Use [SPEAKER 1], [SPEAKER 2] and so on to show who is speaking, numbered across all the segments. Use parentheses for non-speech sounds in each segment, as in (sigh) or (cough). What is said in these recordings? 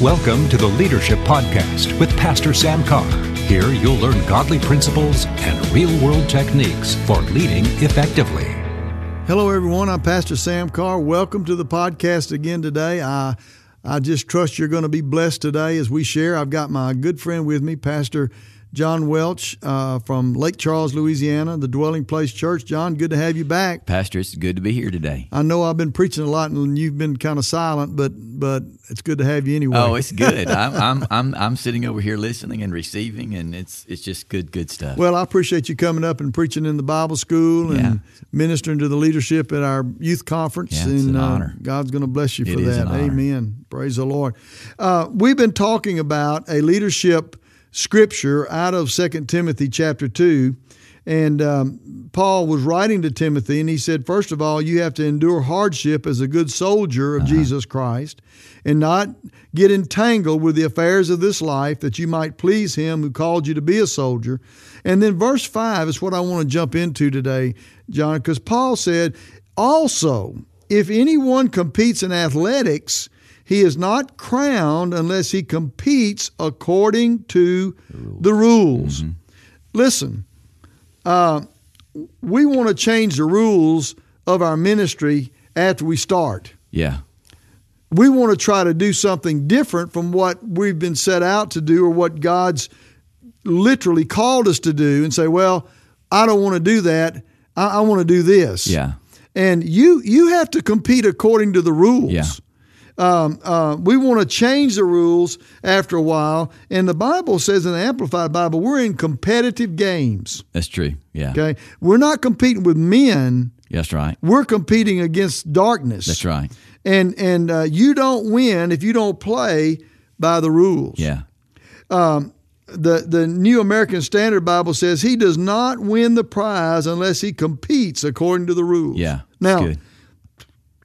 [SPEAKER 1] Welcome to the Leadership Podcast with Pastor Sam Carr. Here you'll learn godly principles and real world techniques for leading effectively.
[SPEAKER 2] Hello, everyone. I'm Pastor Sam Carr. Welcome to the podcast again today. I, I just trust you're going to be blessed today as we share. I've got my good friend with me, Pastor John Welch uh, from Lake Charles, Louisiana, the Dwelling Place Church. John, good to have you back.
[SPEAKER 3] Pastor, it's good to be here today.
[SPEAKER 2] I know I've been preaching a lot and you've been kind of silent, but but it's good to have you anyway.
[SPEAKER 3] Oh,
[SPEAKER 2] (laughs)
[SPEAKER 3] it's good. I'm, I'm I'm I'm sitting over here listening and receiving, and it's it's just good good stuff.
[SPEAKER 2] Well, I appreciate you coming up and preaching in the Bible school and
[SPEAKER 3] Yeah.
[SPEAKER 2] ministering to the leadership at our youth conference.
[SPEAKER 3] Yeah,
[SPEAKER 2] and
[SPEAKER 3] it's an
[SPEAKER 2] uh,
[SPEAKER 3] honor.
[SPEAKER 2] God's going to bless you for
[SPEAKER 3] It is
[SPEAKER 2] that.
[SPEAKER 3] an honor.
[SPEAKER 2] Amen. Praise the Lord. Uh, we've been talking about a leadership scripture out of 2 Timothy chapter 2. And um, Paul was writing to Timothy, and he said, First of all, you have to endure hardship as a good soldier
[SPEAKER 3] Uh-huh.
[SPEAKER 2] of Jesus Christ and not get entangled with the affairs of this life that you might please him who called you to be a soldier. And then verse 5 is what I want to jump into today, John, because Paul said, also, if anyone competes in athletics, he is not crowned unless he competes according to the rules. Listen, uh, we want to change the rules of our ministry after we start.
[SPEAKER 3] Yeah,
[SPEAKER 2] We want to try to do something different from what we've been set out to do or what God's literally called us to do and say, well, I don't want to do that. I, I want to do this
[SPEAKER 3] yeah,
[SPEAKER 2] and you you have to compete according to the rules.
[SPEAKER 3] Yeah.
[SPEAKER 2] Um, uh, we want to change the rules after a while, and the Bible says in the Amplified Bible, we're in competitive games.
[SPEAKER 3] that's true. Yeah,
[SPEAKER 2] Okay, we're not competing with men;
[SPEAKER 3] that's right.
[SPEAKER 2] we're competing against darkness.
[SPEAKER 3] That's right.
[SPEAKER 2] And and uh, you don't win if you don't play by the rules
[SPEAKER 3] Yeah,
[SPEAKER 2] the, the New American Standard Bible says he does not win the prize unless he competes according to the rules.
[SPEAKER 3] Yeah, that's
[SPEAKER 2] Now,
[SPEAKER 3] good.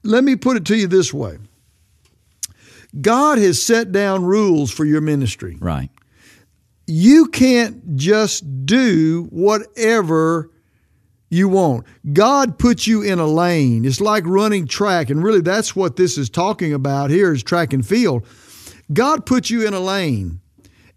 [SPEAKER 2] let me put it to you this way God has set down rules for your ministry.
[SPEAKER 3] right.
[SPEAKER 2] You can't just do whatever you want. God puts you in a lane. It's like running track, and really that's what this is talking about here is track and field. God puts you in a lane,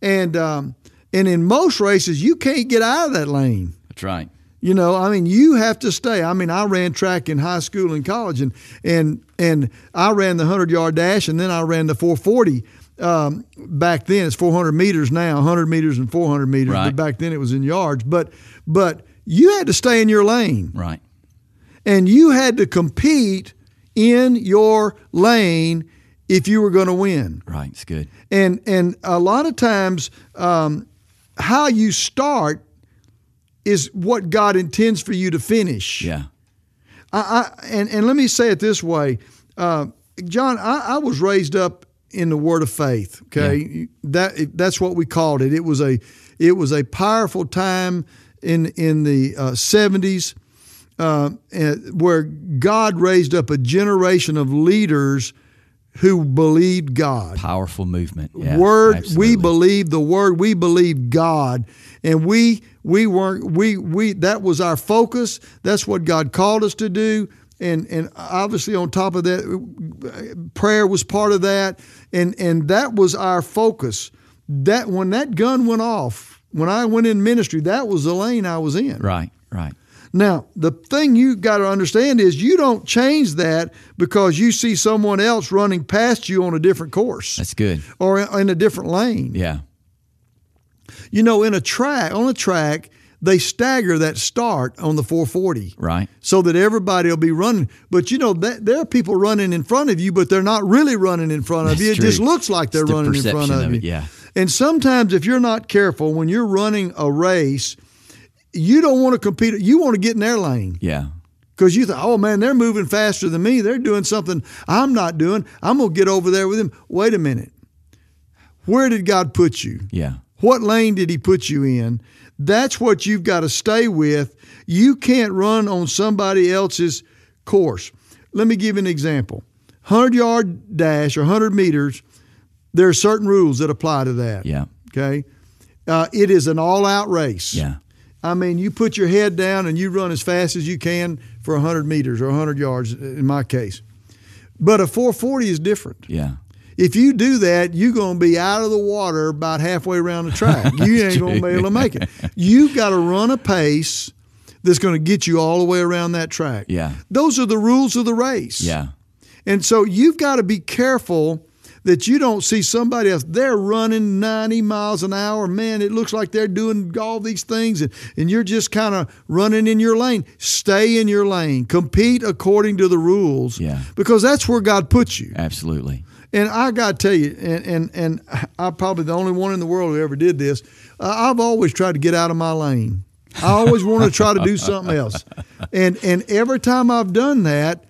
[SPEAKER 2] and um, and in most races you can't get out of that lane.
[SPEAKER 3] That's right.
[SPEAKER 2] You know, I mean, you have to stay. I mean, I ran track in high school and college, and and and I ran the hundred yard dash, and then I ran the four forty. Um, back then, it's four hundred meters now, hundred meters and four hundred meters. But
[SPEAKER 3] Right.
[SPEAKER 2] back then, it was in yards. But but you had to stay in your lane,
[SPEAKER 3] Right.
[SPEAKER 2] and you had to compete in your lane if you were going to win
[SPEAKER 3] Right. It's good.
[SPEAKER 2] and and a lot of times um, how you start is what God intends for you to finish.
[SPEAKER 3] Yeah.
[SPEAKER 2] I, I and and let me say it this way, uh, John. I, I was raised up in the Word of faith. Okay, that that's what we called it. It was a it was a powerful time in in the seventies. Uh, and- where God raised up a generation of leaders who believed God
[SPEAKER 3] Powerful movement. Yeah,
[SPEAKER 2] word we
[SPEAKER 3] absolutely.
[SPEAKER 2] believe the word we believe god and we we weren't we we that was our focus that's what god called us to do and and obviously on top of that prayer was part of that and and that was our focus that when that gun went off when i went in ministry that was the lane i was in
[SPEAKER 3] Right. Right.
[SPEAKER 2] now, the thing you got to understand is you don't change that because you see someone else running past you on a different course
[SPEAKER 3] That's good.
[SPEAKER 2] or in a different lane.
[SPEAKER 3] Yeah.
[SPEAKER 2] You know, in a track, on a track, they stagger that start on the 440
[SPEAKER 3] Right.
[SPEAKER 2] so that everybody will be running. But you know, that, there are people running in front of you, but they're not really running in front of
[SPEAKER 3] That's
[SPEAKER 2] you.
[SPEAKER 3] true.
[SPEAKER 2] It just looks like
[SPEAKER 3] It's
[SPEAKER 2] they're
[SPEAKER 3] the
[SPEAKER 2] running in front
[SPEAKER 3] perception
[SPEAKER 2] of,
[SPEAKER 3] of
[SPEAKER 2] you.
[SPEAKER 3] it, yeah.
[SPEAKER 2] And sometimes, if you're not careful, when you're running a race, you don't want to compete. You want to get in their lane
[SPEAKER 3] Yeah.
[SPEAKER 2] because you think, oh man, they're moving faster than me. They're doing something I'm not doing. I'm going to get over there with them. Wait a minute. Where did God put you?
[SPEAKER 3] Yeah.
[SPEAKER 2] What lane did he put you in? That's what you've got to stay with. You can't run on somebody else's course. Let me give you an example 100 yard dash or 100 meters, there are certain rules that apply to that.
[SPEAKER 3] Yeah.
[SPEAKER 2] Okay. Uh, it is an all out race.
[SPEAKER 3] Yeah.
[SPEAKER 2] I mean, you put your head down and you run as fast as you can for 100 meters or 100 yards in my case. But a 440 is different.
[SPEAKER 3] Yeah.
[SPEAKER 2] If you do that, you're going to be out of the water about halfway around the
[SPEAKER 3] (laughs)
[SPEAKER 2] track. You ain't going to be able to make it. You've got to run a pace that's going to get you all the way around that track.
[SPEAKER 3] Yeah.
[SPEAKER 2] Those are the rules of the race.
[SPEAKER 3] Yeah.
[SPEAKER 2] And so you've got to be careful that you don't see somebody else. They're running 90 miles an hour. Man, it looks like they're doing all these things, and, and you're just kind of running in your lane. Stay in your lane. Compete according to the rules
[SPEAKER 3] Yeah.
[SPEAKER 2] because that's where God puts you.
[SPEAKER 3] Absolutely.
[SPEAKER 2] And I got to tell you, and, and, and I'm probably the only one in the world who ever did this. Uh, I've always tried to get out of my lane. I always want to try to do something else. And, and every time I've done that,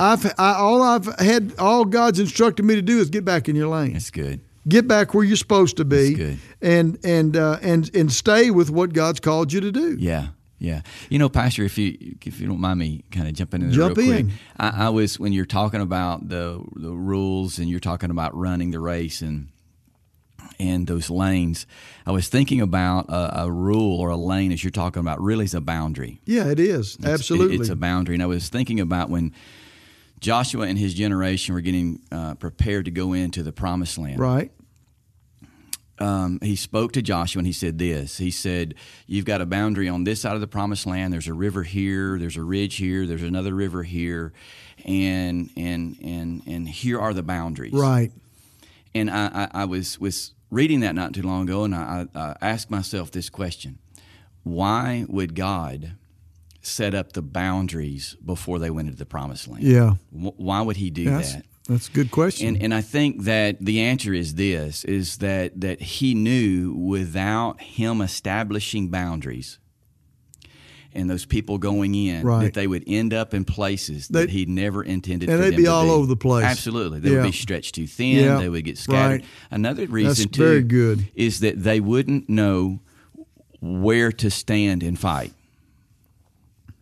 [SPEAKER 2] I've, I, all I've had, all God's instructed me to do is get back in your lane
[SPEAKER 3] That's good.
[SPEAKER 2] get back where you're supposed to be
[SPEAKER 3] That's good.
[SPEAKER 2] and and uh, and and stay with what God's called you to do.
[SPEAKER 3] Yeah, yeah. You know, Pastor, if you if you don't mind me kind of jumping in there
[SPEAKER 2] Jump
[SPEAKER 3] real quick,
[SPEAKER 2] in.
[SPEAKER 3] I, I was when you're talking about the the rules and you're talking about running the race and and those lanes, I was thinking about a, a rule or a lane as you're talking about really is a boundary.
[SPEAKER 2] Yeah, it is.
[SPEAKER 3] It's-
[SPEAKER 2] Absolutely.
[SPEAKER 3] It's a boundary. And I was thinking about when Joshua and his generation were getting uh, prepared to go into the promised land
[SPEAKER 2] right.
[SPEAKER 3] um, he spoke to Joshua and he said this. He said, You've got a boundary on this side of the promised land. There's a river here, there's a ridge here, there's another river here, and and and and here are the boundaries.
[SPEAKER 2] Right.
[SPEAKER 3] And I, I, I was was reading that not too long ago and I, I, I asked myself this question. Why would God set up the boundaries before they went into the promised land?
[SPEAKER 2] Yeah.
[SPEAKER 3] Wh- Why would he do
[SPEAKER 2] That's
[SPEAKER 3] that?
[SPEAKER 2] that's a good question.
[SPEAKER 3] And and I think that the answer is this is that that he knew without him establishing boundaries and those people going in
[SPEAKER 2] Right.
[SPEAKER 3] that they would end up in places that
[SPEAKER 2] They-
[SPEAKER 3] he never intended
[SPEAKER 2] and
[SPEAKER 3] for
[SPEAKER 2] they'd
[SPEAKER 3] them
[SPEAKER 2] be
[SPEAKER 3] to
[SPEAKER 2] all
[SPEAKER 3] be.
[SPEAKER 2] over the place.
[SPEAKER 3] Absolutely. They
[SPEAKER 2] Yeah.
[SPEAKER 3] would be stretched too thin,
[SPEAKER 2] Yeah.
[SPEAKER 3] they would get scattered.
[SPEAKER 2] Right.
[SPEAKER 3] Another reason too
[SPEAKER 2] very good.
[SPEAKER 3] is that they wouldn't know where to stand and fight.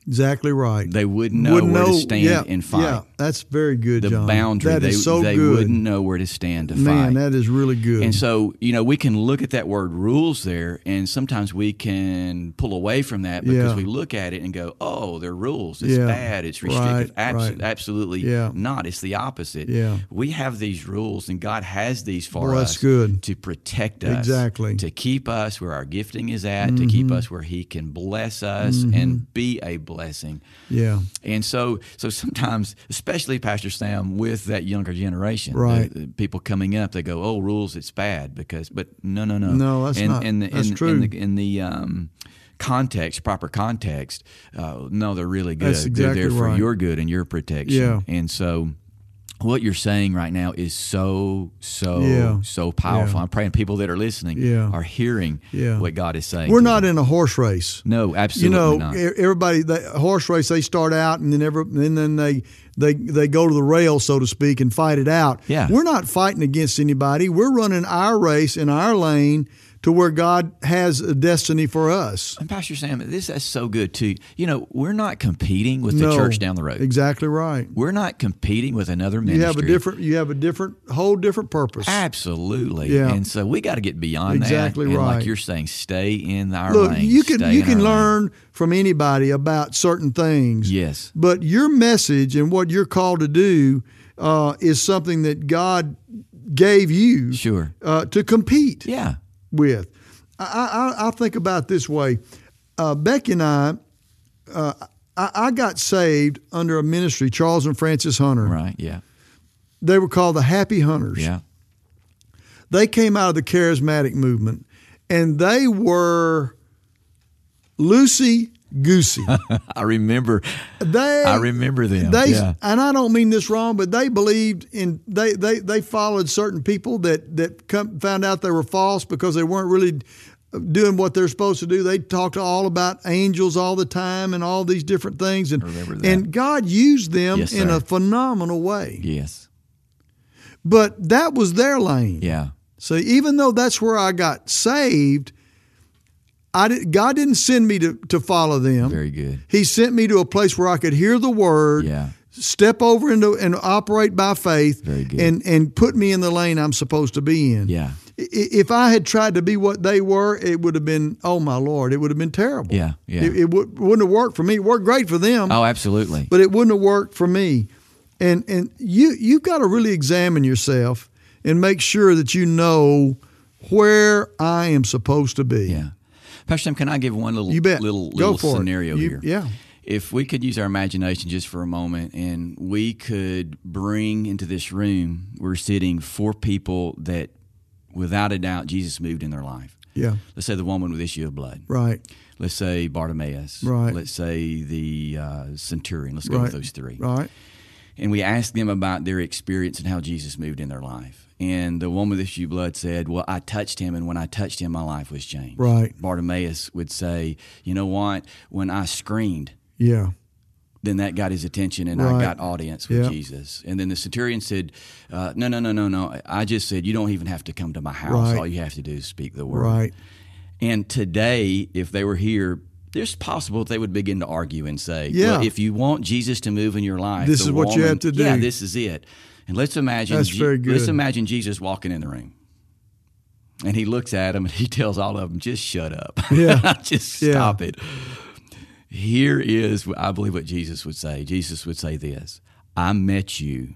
[SPEAKER 2] exactly right.
[SPEAKER 3] They wouldn't know
[SPEAKER 2] Wouldn't
[SPEAKER 3] where
[SPEAKER 2] know-
[SPEAKER 3] to stand
[SPEAKER 2] yeah,
[SPEAKER 3] and fight.
[SPEAKER 2] Yeah, that's very good,
[SPEAKER 3] The
[SPEAKER 2] John.
[SPEAKER 3] boundary
[SPEAKER 2] That
[SPEAKER 3] they,
[SPEAKER 2] is so
[SPEAKER 3] they
[SPEAKER 2] good.
[SPEAKER 3] wouldn't know where to stand to fight.
[SPEAKER 2] Man, that is really good.
[SPEAKER 3] And so, you know, we can look at that word rules there, and sometimes we can pull away from that because
[SPEAKER 2] Yeah.
[SPEAKER 3] we look at it and go, oh, they're rules. It's
[SPEAKER 2] Yeah.
[SPEAKER 3] bad. It's restrictive.
[SPEAKER 2] Right,
[SPEAKER 3] Abs-
[SPEAKER 2] right.
[SPEAKER 3] Absolutely
[SPEAKER 2] Yeah.
[SPEAKER 3] not. It's the opposite.
[SPEAKER 2] Yeah.
[SPEAKER 3] We have these rules, and God has these for
[SPEAKER 2] Boy,
[SPEAKER 3] us
[SPEAKER 2] that's good.
[SPEAKER 3] to protect us,
[SPEAKER 2] Exactly. Mm-hmm.
[SPEAKER 3] to keep us where our gifting is at, to keep us where He can bless us and be a blessing.
[SPEAKER 2] yeah.
[SPEAKER 3] And so, so sometimes, especially Pastor Sam, with that younger generation, the-
[SPEAKER 2] Right.
[SPEAKER 3] the people coming up, they go, "Oh, rules, it's bad." Because, but no, no, no,
[SPEAKER 2] No, that's
[SPEAKER 3] in,
[SPEAKER 2] not-
[SPEAKER 3] In the,
[SPEAKER 2] that's
[SPEAKER 3] in,
[SPEAKER 2] true.
[SPEAKER 3] In the, in the um, context, proper context, uh, no, they're really good.
[SPEAKER 2] That's exactly
[SPEAKER 3] they're there for
[SPEAKER 2] right.
[SPEAKER 3] your good and your protection.
[SPEAKER 2] Yeah.
[SPEAKER 3] And so. What you're saying right now is so, so,
[SPEAKER 2] Yeah.
[SPEAKER 3] so powerful.
[SPEAKER 2] Yeah.
[SPEAKER 3] I'm praying people that are listening
[SPEAKER 2] Yeah.
[SPEAKER 3] are hearing
[SPEAKER 2] Yeah.
[SPEAKER 3] what God is saying.
[SPEAKER 2] We're
[SPEAKER 3] to
[SPEAKER 2] not
[SPEAKER 3] them.
[SPEAKER 2] in a horse race.
[SPEAKER 3] no, absolutely
[SPEAKER 2] you know,
[SPEAKER 3] not.
[SPEAKER 2] e- everybody the horse race they start out and then ever and then they they they go to the rail so to speak and fight it out.
[SPEAKER 3] Yeah.
[SPEAKER 2] We're not fighting against anybody. We're running our race in our lane to where God has a destiny for us.
[SPEAKER 3] And Pastor Sam, this that's so good too. You know, we're not competing with the
[SPEAKER 2] No,
[SPEAKER 3] church down the road.
[SPEAKER 2] Exactly right.
[SPEAKER 3] We're not competing with another ministry.
[SPEAKER 2] You have a different you have a different whole different purpose.
[SPEAKER 3] Absolutely.
[SPEAKER 2] Yeah.
[SPEAKER 3] And so we got to get beyond
[SPEAKER 2] Exactly
[SPEAKER 3] that. And
[SPEAKER 2] right.
[SPEAKER 3] Like you're saying, stay in our
[SPEAKER 2] Look,
[SPEAKER 3] lane.
[SPEAKER 2] you can
[SPEAKER 3] stay
[SPEAKER 2] you
[SPEAKER 3] in our
[SPEAKER 2] can
[SPEAKER 3] lane.
[SPEAKER 2] learn from anybody about certain things.
[SPEAKER 3] Yes.
[SPEAKER 2] But your message and what you're called to do uh, is something that God gave you
[SPEAKER 3] Sure.
[SPEAKER 2] uh, to compete
[SPEAKER 3] Yeah.
[SPEAKER 2] with. I, I, I think about it this way. Uh, Becky and I, uh, I, I got saved under a ministry, Charles and Francis Hunter.
[SPEAKER 3] Right. Yeah.
[SPEAKER 2] They were called the Happy Hunters.
[SPEAKER 3] Yeah. (laughs)
[SPEAKER 2] They came out of the charismatic movement, and they were loosey goosey.
[SPEAKER 3] I remember.
[SPEAKER 2] they
[SPEAKER 3] I remember them.
[SPEAKER 2] They
[SPEAKER 3] yeah.
[SPEAKER 2] and I don't mean this wrong, but they believed in they they they followed certain people that that come, found out they were false because they weren't really doing what they're supposed to do. They talked all about angels all the time and all these different things, and
[SPEAKER 3] remember that.
[SPEAKER 2] and God used them
[SPEAKER 3] Yes,
[SPEAKER 2] in
[SPEAKER 3] sir.
[SPEAKER 2] a phenomenal way.
[SPEAKER 3] Yes.
[SPEAKER 2] But that was their lane.
[SPEAKER 3] Yeah.
[SPEAKER 2] So even though that's where I got saved, I did, God didn't send me to to follow them.
[SPEAKER 3] Very good.
[SPEAKER 2] He sent me to a place where I could hear the word,
[SPEAKER 3] Yeah.
[SPEAKER 2] step over into and operate by faith,
[SPEAKER 3] Very good.
[SPEAKER 2] and and put me in the lane I'm supposed to be in.
[SPEAKER 3] Yeah.
[SPEAKER 2] I- If I had tried to be what they were, it would have been oh my lord, it would have been terrible.
[SPEAKER 3] Yeah. Yeah.
[SPEAKER 2] It, it would, wouldn't have worked for me. It worked great for them,
[SPEAKER 3] Oh, absolutely.
[SPEAKER 2] but it wouldn't have worked for me. And and you you've got to really examine yourself and make sure that you know where I am supposed to be.
[SPEAKER 3] Yeah. Pastor Sam, can I give one little
[SPEAKER 2] You bet.
[SPEAKER 3] little
[SPEAKER 2] Go
[SPEAKER 3] little
[SPEAKER 2] for it.
[SPEAKER 3] scenario
[SPEAKER 2] You-
[SPEAKER 3] here?
[SPEAKER 2] yeah.
[SPEAKER 3] If we could use our imagination just for a moment and we could bring into this room we're sitting four people that without a doubt Jesus moved in their life.
[SPEAKER 2] Yeah.
[SPEAKER 3] Let's say the woman with issue of blood.
[SPEAKER 2] Right.
[SPEAKER 3] Let's say Bartimaeus.
[SPEAKER 2] Right.
[SPEAKER 3] Let's say the uh, centurion. Let's go
[SPEAKER 2] Right.
[SPEAKER 3] with those three
[SPEAKER 2] Right.
[SPEAKER 3] and we asked them about their experience and how Jesus moved in their life. And the woman with issue of blood said, "Well, I touched him, and when I touched him, my life was changed."
[SPEAKER 2] Right.
[SPEAKER 3] Bartimaeus would say, "You know what? When I screamed,
[SPEAKER 2] Yeah.
[SPEAKER 3] then that got his attention, and
[SPEAKER 2] Right.
[SPEAKER 3] I got audience with
[SPEAKER 2] Yeah.
[SPEAKER 3] Jesus." And then the centurion said, uh, "No, no, no, no, no. I just said you don't even have to come to my house.
[SPEAKER 2] Right.
[SPEAKER 3] All you have to do is speak the word."
[SPEAKER 2] Right.
[SPEAKER 3] And today, if they were here, there's possible they would begin to argue and say,
[SPEAKER 2] Yeah.
[SPEAKER 3] well, if you want Jesus to move in your life,
[SPEAKER 2] This
[SPEAKER 3] the
[SPEAKER 2] is what you
[SPEAKER 3] woman-
[SPEAKER 2] have to do."
[SPEAKER 3] Yeah, this is it. And let's imagine
[SPEAKER 2] That's very good.
[SPEAKER 3] let's imagine Jesus walking in the room. And he looks at them and he (laughs) tells all of them, just shut up. (laughs)
[SPEAKER 2] Yeah.
[SPEAKER 3] just
[SPEAKER 2] Yeah.
[SPEAKER 3] stop it. Here is, I believe, what Jesus would say. Jesus would say this I met you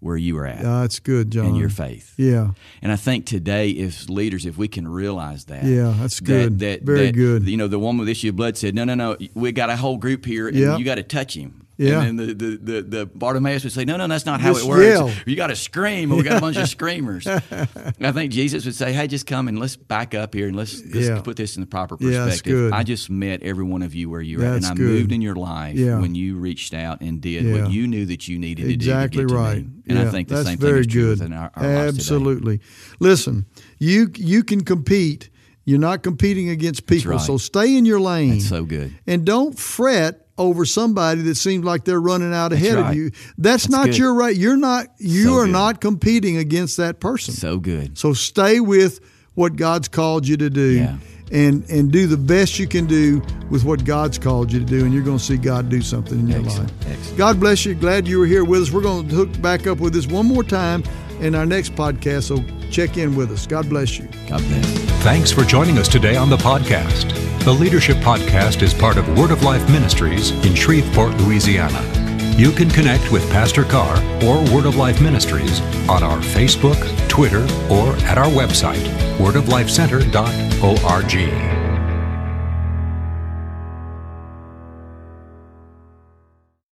[SPEAKER 3] where you were at
[SPEAKER 2] That's Uh, good, John.
[SPEAKER 3] in your faith.
[SPEAKER 2] yeah.
[SPEAKER 3] And I think today, if leaders, if we can realize that,
[SPEAKER 2] Yeah, that's good. Very good.
[SPEAKER 3] You know, the woman with issue of blood said, "No, no, no, we got a whole group here, and
[SPEAKER 2] Yeah.
[SPEAKER 3] you got to touch him."
[SPEAKER 2] Yeah.
[SPEAKER 3] And then the, the, the, the Bartimaeus would say, No, no, that's not how
[SPEAKER 2] Just
[SPEAKER 3] it works.
[SPEAKER 2] yell.
[SPEAKER 3] You got to scream. and We got a
[SPEAKER 2] (laughs)
[SPEAKER 3] bunch of screamers. And I think Jesus would say, Hey, just come and let's back up here and let's, let's
[SPEAKER 2] Yeah.
[SPEAKER 3] put this in the proper
[SPEAKER 2] Yeah,
[SPEAKER 3] perspective.
[SPEAKER 2] that's good.
[SPEAKER 3] I just met every one of you where you're at, and
[SPEAKER 2] That's
[SPEAKER 3] I
[SPEAKER 2] good.
[SPEAKER 3] moved in your life
[SPEAKER 2] Yeah.
[SPEAKER 3] when you reached out and did
[SPEAKER 2] Yeah.
[SPEAKER 3] what you knew that you needed
[SPEAKER 2] Exactly
[SPEAKER 3] to do. to get to
[SPEAKER 2] right.
[SPEAKER 3] me." And
[SPEAKER 2] Yeah,
[SPEAKER 3] I think the
[SPEAKER 2] that's
[SPEAKER 3] same
[SPEAKER 2] very
[SPEAKER 3] thing is true
[SPEAKER 2] good.
[SPEAKER 3] within our, our lives today.
[SPEAKER 2] Absolutely. Listen, you you can compete. You're not competing against people,
[SPEAKER 3] right.
[SPEAKER 2] so stay in your lane.
[SPEAKER 3] That's so good.
[SPEAKER 2] and don't fret over somebody that seems like they're running out ahead of
[SPEAKER 3] right.
[SPEAKER 2] you. That's, not
[SPEAKER 3] good.
[SPEAKER 2] your right. You're not. You
[SPEAKER 3] So
[SPEAKER 2] are
[SPEAKER 3] good.
[SPEAKER 2] not competing against that person.
[SPEAKER 3] So good.
[SPEAKER 2] So stay with what God's called you to do.
[SPEAKER 3] Yeah.
[SPEAKER 2] And, and do the best you can do with what God's called you to do, and you're going to see God do something in your
[SPEAKER 3] Excellent.
[SPEAKER 2] life.
[SPEAKER 3] Excellent.
[SPEAKER 2] God bless you. Glad you were here with us. We're going to hook back up with this one more time in our next podcast, so check in with us. God bless you.
[SPEAKER 3] God bless.
[SPEAKER 1] Thanks for joining us today on the podcast. The Leadership Podcast is part of Word of Life Ministries in Shreveport, Louisiana. You can connect with Pastor Carr or Word of Life Ministries on our Facebook, Twitter, or at our website, wordoflifecenter.org.